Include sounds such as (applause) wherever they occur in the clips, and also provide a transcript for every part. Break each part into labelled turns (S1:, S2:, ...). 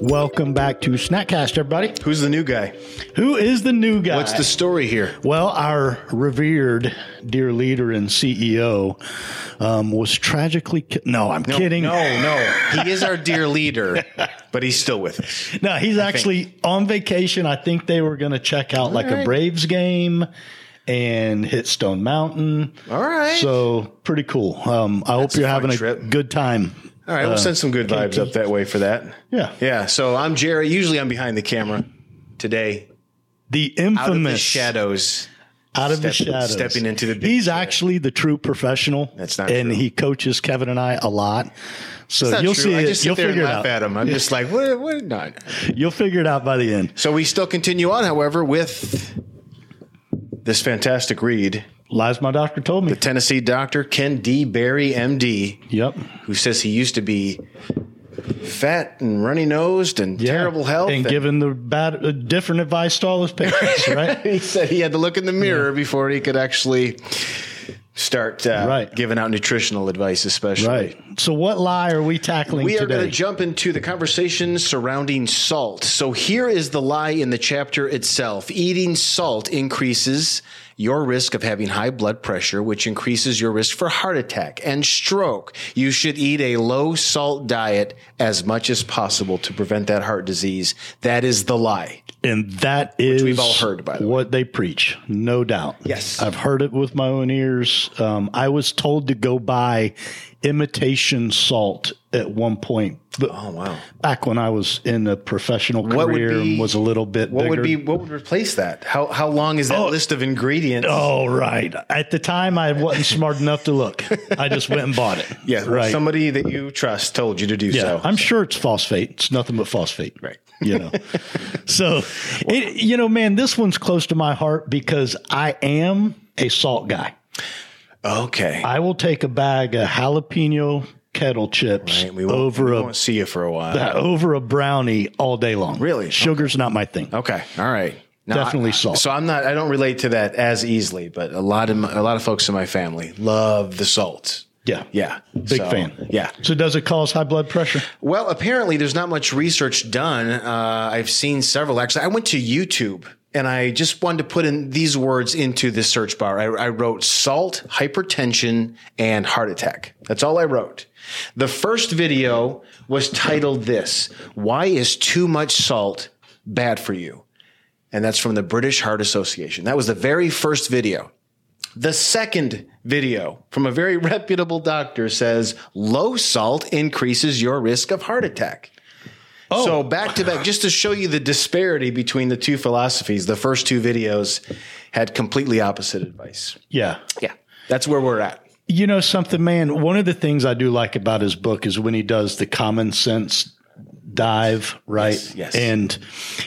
S1: Welcome back to Snackcast, everybody.
S2: Who's the new guy?
S1: Who is the new guy?
S2: What's the story here?
S1: Well, our revered dear leader and CEO um, was tragically ki- no. I'm kidding.
S2: No, no. He is our dear leader, (laughs) but he's still with us.
S1: No, he's actually on vacation. I think they were going to check out like a
S2: right.
S1: Braves game and hit Stone Mountain.
S2: All right.
S1: So pretty cool. Um, I hope
S2: a
S1: you're
S2: fun
S1: having a
S2: trip.
S1: good time.
S2: All
S1: uh,
S2: right, we'll send some good vibes up that way for that.
S1: Yeah.
S2: Yeah. So I'm Jerry. Usually I'm behind the camera. Today,
S1: The
S2: out of the
S1: infamous
S2: shadows.
S1: out of the
S2: Step-
S1: shadows,
S2: stepping into the big
S1: He's
S2: shadow.
S1: actually the true professional.
S2: That's not
S1: and
S2: true.
S1: he coaches Kevin and I a lot. So
S2: That's not
S1: you'll
S2: true.
S1: see
S2: I
S1: it.
S2: just sit
S1: you'll
S2: there
S1: figure it
S2: and laugh
S1: out.
S2: at him. I'm just like, what? What? Not.
S1: You'll figure it out by the end.
S2: So we still continue on, however, with this fantastic read.
S1: Lies my doctor told me.
S2: The Tennessee doctor Ken D. Barry, M.D.,
S1: yep.
S2: who says he used to be fat and runny nosed and
S1: Yeah.
S2: terrible health,
S1: and
S2: (laughs)
S1: giving the bad uh, different advice to all his patients, right?
S2: he said he had to look in the mirror before he could actually start uh,
S1: Right.
S2: giving out nutritional advice, especially.
S1: right. So what lie are we tackling
S2: We are going
S1: today?
S2: to jump into the conversation surrounding salt. So here is the lie in the chapter itself. Eating salt increases your risk of having high blood pressure, which increases your risk for heart attack and stroke. You should eat a low salt diet as much as possible to prevent that heart disease. That is the lie.
S1: and that is
S2: we've all heard, by the way.
S1: what they preach, no doubt.
S2: Yes.
S1: I've heard it with my own ears. Um, I was told to go buy imitation salt at one point. But
S2: Oh wow.
S1: back when I was in a professional
S2: What would
S1: career
S2: be-
S1: and was a little bit
S2: What
S1: bigger.
S2: would be what would replace that? How how long is that list of ingredients?
S1: Oh right! At the time, I wasn't smart enough to look. I just went and bought it.
S2: (laughs) yeah,
S1: right.
S2: Somebody that you trust told you to do
S1: yeah,
S2: so.
S1: I'm sure it's phosphate. It's nothing but phosphate.
S2: Right.
S1: You
S2: (laughs)
S1: know. so, it, you know, man, this one's close to my heart because I am a salt guy.
S2: okay.
S1: I will take a bag of jalapeno kettle chips
S2: Right, we won't,
S1: over
S2: we
S1: a
S2: won't see you for a while.
S1: over a brownie all day long.
S2: Really?
S1: Sugar's not my thing.
S2: okay, all right. Now,
S1: Definitely
S2: I-
S1: salt.
S2: So I'm not. I don't relate to that as easily, but a lot of my, a lot of folks in my family love the salt.
S1: Yeah.
S2: Yeah,
S1: Big
S2: So,
S1: fan.
S2: Yeah.
S1: So does it cause high blood pressure?
S2: Well, apparently there's not much research done. Uh, I've seen several. Actually, I went to YouTube and I just wanted to put in these words into the search bar. I, I wrote salt, hypertension, and heart attack. That's all I wrote. The first video was titled this Why is too much salt bad for you? And that's from the British Heart Association. That was the very first video. The second video from a very (laughs) reputable doctor says low salt increases your risk of heart attack.
S1: Oh.
S2: So back to back, just to show you the disparity between the two philosophies, the first two videos had completely opposite advice.
S1: Yeah.
S2: Yeah. That's where we're at.
S1: You know something, man. One of the things I do like about his book is when he does the common sense dive, right?
S2: Yes, yes.
S1: And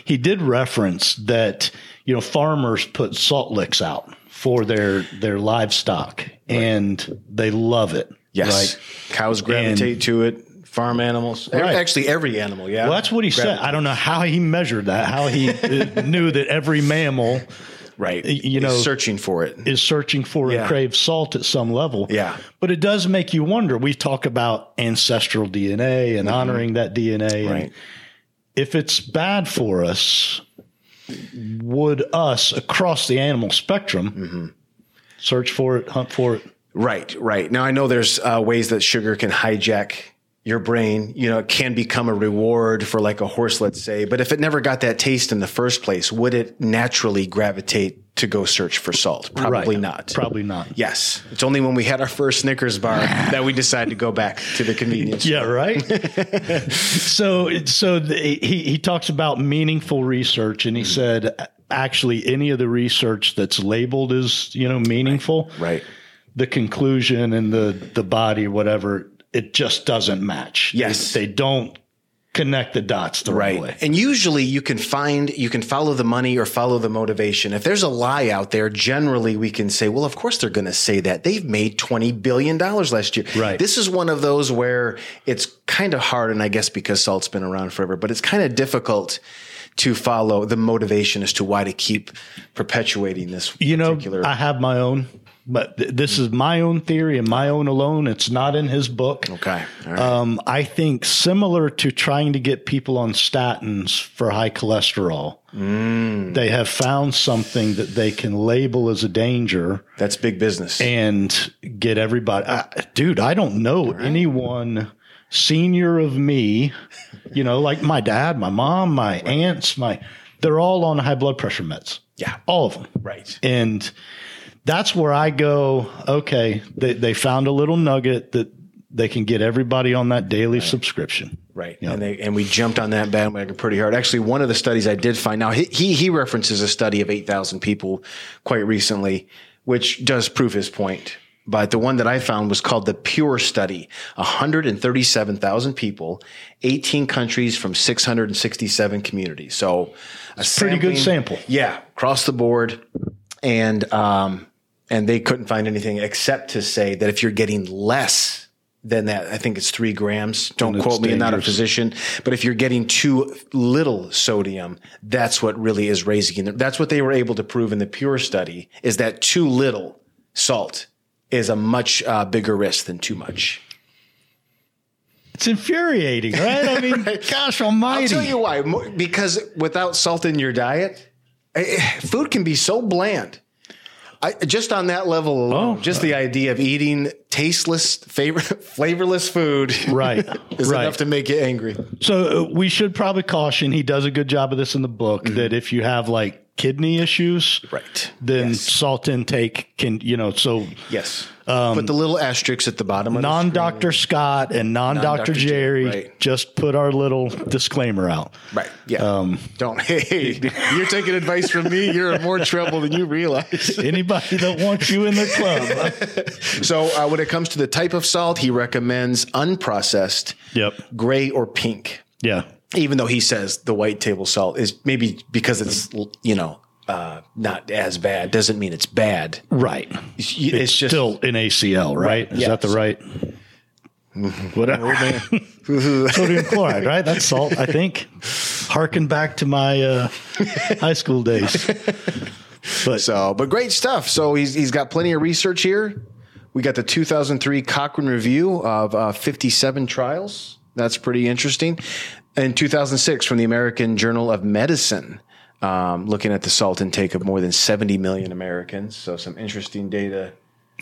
S1: he did reference that you know farmers put salt licks out for their their livestock, and they love it.
S2: Yes. Cows gravitate to it, farm animals. Ev-
S1: Right.
S2: Actually every animal, yeah.
S1: Well, that's what he said. I don't know how he measured that. How he uh, knew that every mammal
S2: right.
S1: you know-
S2: He's searching for it.
S1: is searching for
S2: Yeah.
S1: and craves salt at some level.
S2: Yeah.
S1: But it does make you wonder. We talk about ancestral DNA and honoring that DNA.
S2: Mm-hmm. Right.
S1: And if it's bad for us, would us across the animal spectrum
S2: Mm-hmm.
S1: search for it, hunt for it?
S2: Right, right. Now I know there's uh, ways that sugar can hijack your brain. You know, it can become a reward for like a horse, let's say. But if it never got that taste in the first place, would it naturally gravitate to go search for salt? Probably
S1: Right.
S2: not.
S1: Probably not.
S2: Yes, it's only when we had our first
S1: (sighs)
S2: Snickers bar that we decided to go back to the convenience.
S1: Yeah,
S2: (laughs)
S1: right. so, so the, he he talks about meaningful research, and he
S2: Mm-hmm.
S1: said actually any of the research that's labeled as you know meaningful,
S2: Right.
S1: the conclusion and the the body, whatever, it just doesn't match.
S2: Yes.
S1: they, they don't connect the dots the right, way.
S2: And usually you can find, you can follow the money or follow the motivation. If there's a lie out there, generally we can say, well, of course they're going to say that. They've made $20 billion last year.
S1: Right.
S2: This is one of those where it's kind of hard. And I guess because salt's been around forever, but it's kind of difficult to follow the motivation as to why to keep perpetuating this
S1: You know,
S2: particular.
S1: I have my own. but th- this is my own theory and my own alone. It's not in his book.
S2: Okay. All right.
S1: Um, I think similar to trying to get people on statins for high cholesterol,
S2: Mm.
S1: they have found something that they can label as a danger
S2: That's big business.
S1: and get everybody. I, dude, I don't know anyone senior of me, you know, like my dad, my mom, my aunts, my, they're all on high blood pressure meds.
S2: Yeah.
S1: All of them.
S2: Right.
S1: And that's where I go, okay, they, they found a little nugget that they can get everybody on that daily subscription.
S2: Right. And they and we jumped on that bandwagon pretty hard. Actually, one of the studies I did find now he he, he references a study of 8,000 people quite recently which does prove his point. But the one that I found was called the Pure Study. 137,000 people, 18 countries from 667 communities. So a
S1: Pretty good sample.
S2: yeah, across the board, and um, and they couldn't find anything except to say that if you're getting less than that, I think it's three grams. Don't
S1: it's
S2: quote me; I'm not a
S1: dangerous.
S2: physician, but if you're getting too little sodium, that's what really is raising. it. That's what they were able to prove in the Pure study is that too little salt is a much uh, bigger risk than too much.
S1: It's infuriating, right? I
S2: (laughs)
S1: mean, gosh
S2: I'll
S1: almighty.
S2: tell you why. Mo- Because without salt in your diet, eh, eh, food can be so bland. I, just on that level alone,
S1: Oh.
S2: just the idea of eating tasteless, favor, (laughs) flavorless food
S1: right.
S2: (laughs) is
S1: right.
S2: enough to make you angry.
S1: So uh, we should probably caution. He does a good job of this in the book that if you have like kidney issues,
S2: Mm-hmm. Right.
S1: then salt intake can, you know, so
S2: Yes.
S1: Um,
S2: Put the little asterisks at the bottom of
S1: non
S2: the
S1: Dr. Scott and non Dr.
S2: Non-Dr.
S1: Jerry,
S2: Jerry, right.
S1: just put our little disclaimer out.
S2: Right. Yeah.
S1: Um,
S2: Don't. (laughs) Hey, you're taking advice from me. You're in more trouble than you realize.
S1: (laughs) Anybody that wants you in the club.
S2: (laughs) So, uh, when it comes to the type of salt, he recommends unprocessed,
S1: Yep.
S2: gray or pink.
S1: Yeah.
S2: even though he says the white table salt is maybe because it's you know uh, not as bad doesn't mean it's bad.
S1: Right.
S2: It's, it's just
S1: Still in ACL, right? Is
S2: yes.
S1: that the
S2: (laughs)
S1: right? Whatever. (laughs) Sodium chloride, right? That's salt, I think. Harken back to my uh, high school days.
S2: (laughs) so, but great stuff. So he's he's got plenty of research here. We got the 2003 Cochrane review of uh, 57 trials. That's pretty interesting. In 2006, from the American Journal of Medicine, um, looking at the salt intake of more than 70 million Americans. So some interesting data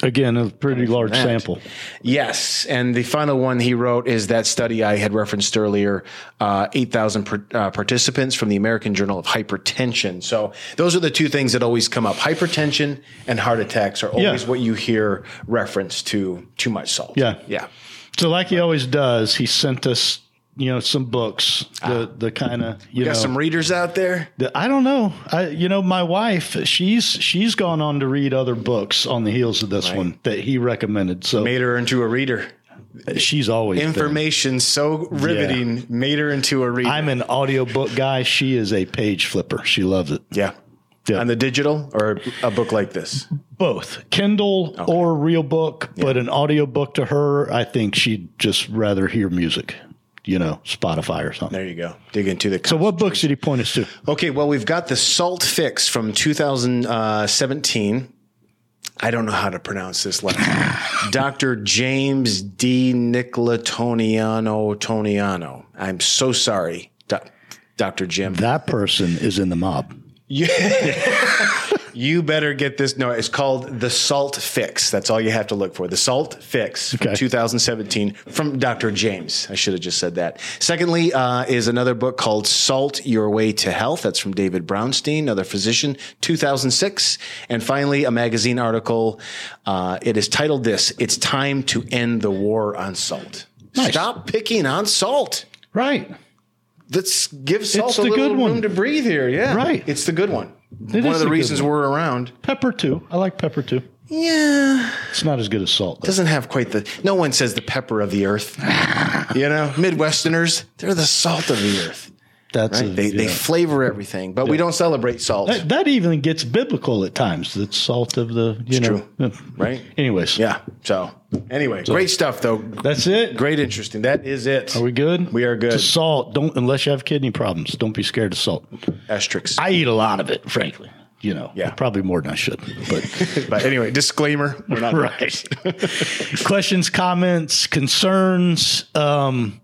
S1: Again, a pretty large
S2: that.
S1: sample.
S2: Yes, and the final one he wrote is that study I had referenced earlier, uh, eight thousand uh, participants from the American Journal of Hypertension. So those are the two things that always come up: hypertension and heart attacks are always
S1: Yeah.
S2: what you hear reference to too much salt.
S1: Yeah.
S2: yeah,
S1: So, like he always does, he sent us, you know, some books. The the kind of you know,
S2: Ah. got some readers out there.
S1: the- I don't know. I you know, my wife, she's she's gone on to read other books on the heels of this one that he recommended. So
S2: Made her into a reader.
S1: she's always been-
S2: Information so riveting made her into a reader.
S1: I'm an audiobook guy. She is a page flipper. She loves it.
S2: yeah.
S1: Yeah.
S2: On the digital or a book like this?
S1: Both Kindle or real book, but an audiobook to her, I think she'd just rather hear music, you know, Spotify or something.
S2: There you go. Dig into the.
S1: So, what books did he point us to?
S2: Okay, well, we've got the Salt Fix from 2017. I don't know how to pronounce this last name. Dr. James D. Nicolatoniano Toniano. I'm so sorry, doc- Dr. Jim.
S1: That person is in the mob.
S2: You better get this. No, it's called The Salt Fix. That's all you have to look for. The Salt Fix from
S1: Okay.
S2: 2017 from Dr. James. I should have just said that. Secondly, uh, is another book called Salt Your Way to Health. That's from David Brownstein, another physician, 2006. And finally, a magazine article. Uh, it is titled This It's Time to End the War on Salt.
S1: Nice.
S2: Stop picking on salt.
S1: Right.
S2: Let's give salt
S1: It's
S2: a
S1: the
S2: little
S1: good one.
S2: room to breathe here. Yeah.
S1: Right.
S2: It's the good one.
S1: is
S2: one
S1: the
S2: of the
S1: good
S2: reasons
S1: one.
S2: we're around.
S1: Pepper, too. I like pepper, too.
S2: Yeah.
S1: It's not as good as salt. Though.
S2: doesn't have quite the no one says the pepper of
S1: (laughs)
S2: the earth you know midwesterners they're the salt of the earth
S1: That's
S2: right?
S1: a-
S2: they, they
S1: yeah.
S2: flavor everything but we don't celebrate salt
S1: That- that even gets biblical at times. That's salt of the, you know.
S2: true. right
S1: Anyways,
S2: yeah so anyway great stuff though
S1: that's it.
S2: great interesting that is it
S1: Are we good?
S2: We are good.
S1: To salt, don't unless you have kidney problems. Don't be scared of salt.
S2: asterisks
S1: I eat a lot of it, frankly. you know,
S2: Yeah.
S1: probably more than I should. But
S2: But anyway, disclaimer:
S1: (laughs)
S2: we're (laughs) not
S1: right. Questions, comments, concerns, um,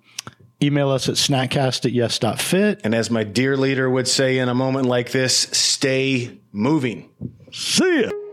S1: email us at snackcast at yes.fit.
S2: And as my dear leader would say in a moment like this, stay moving.
S1: See ya.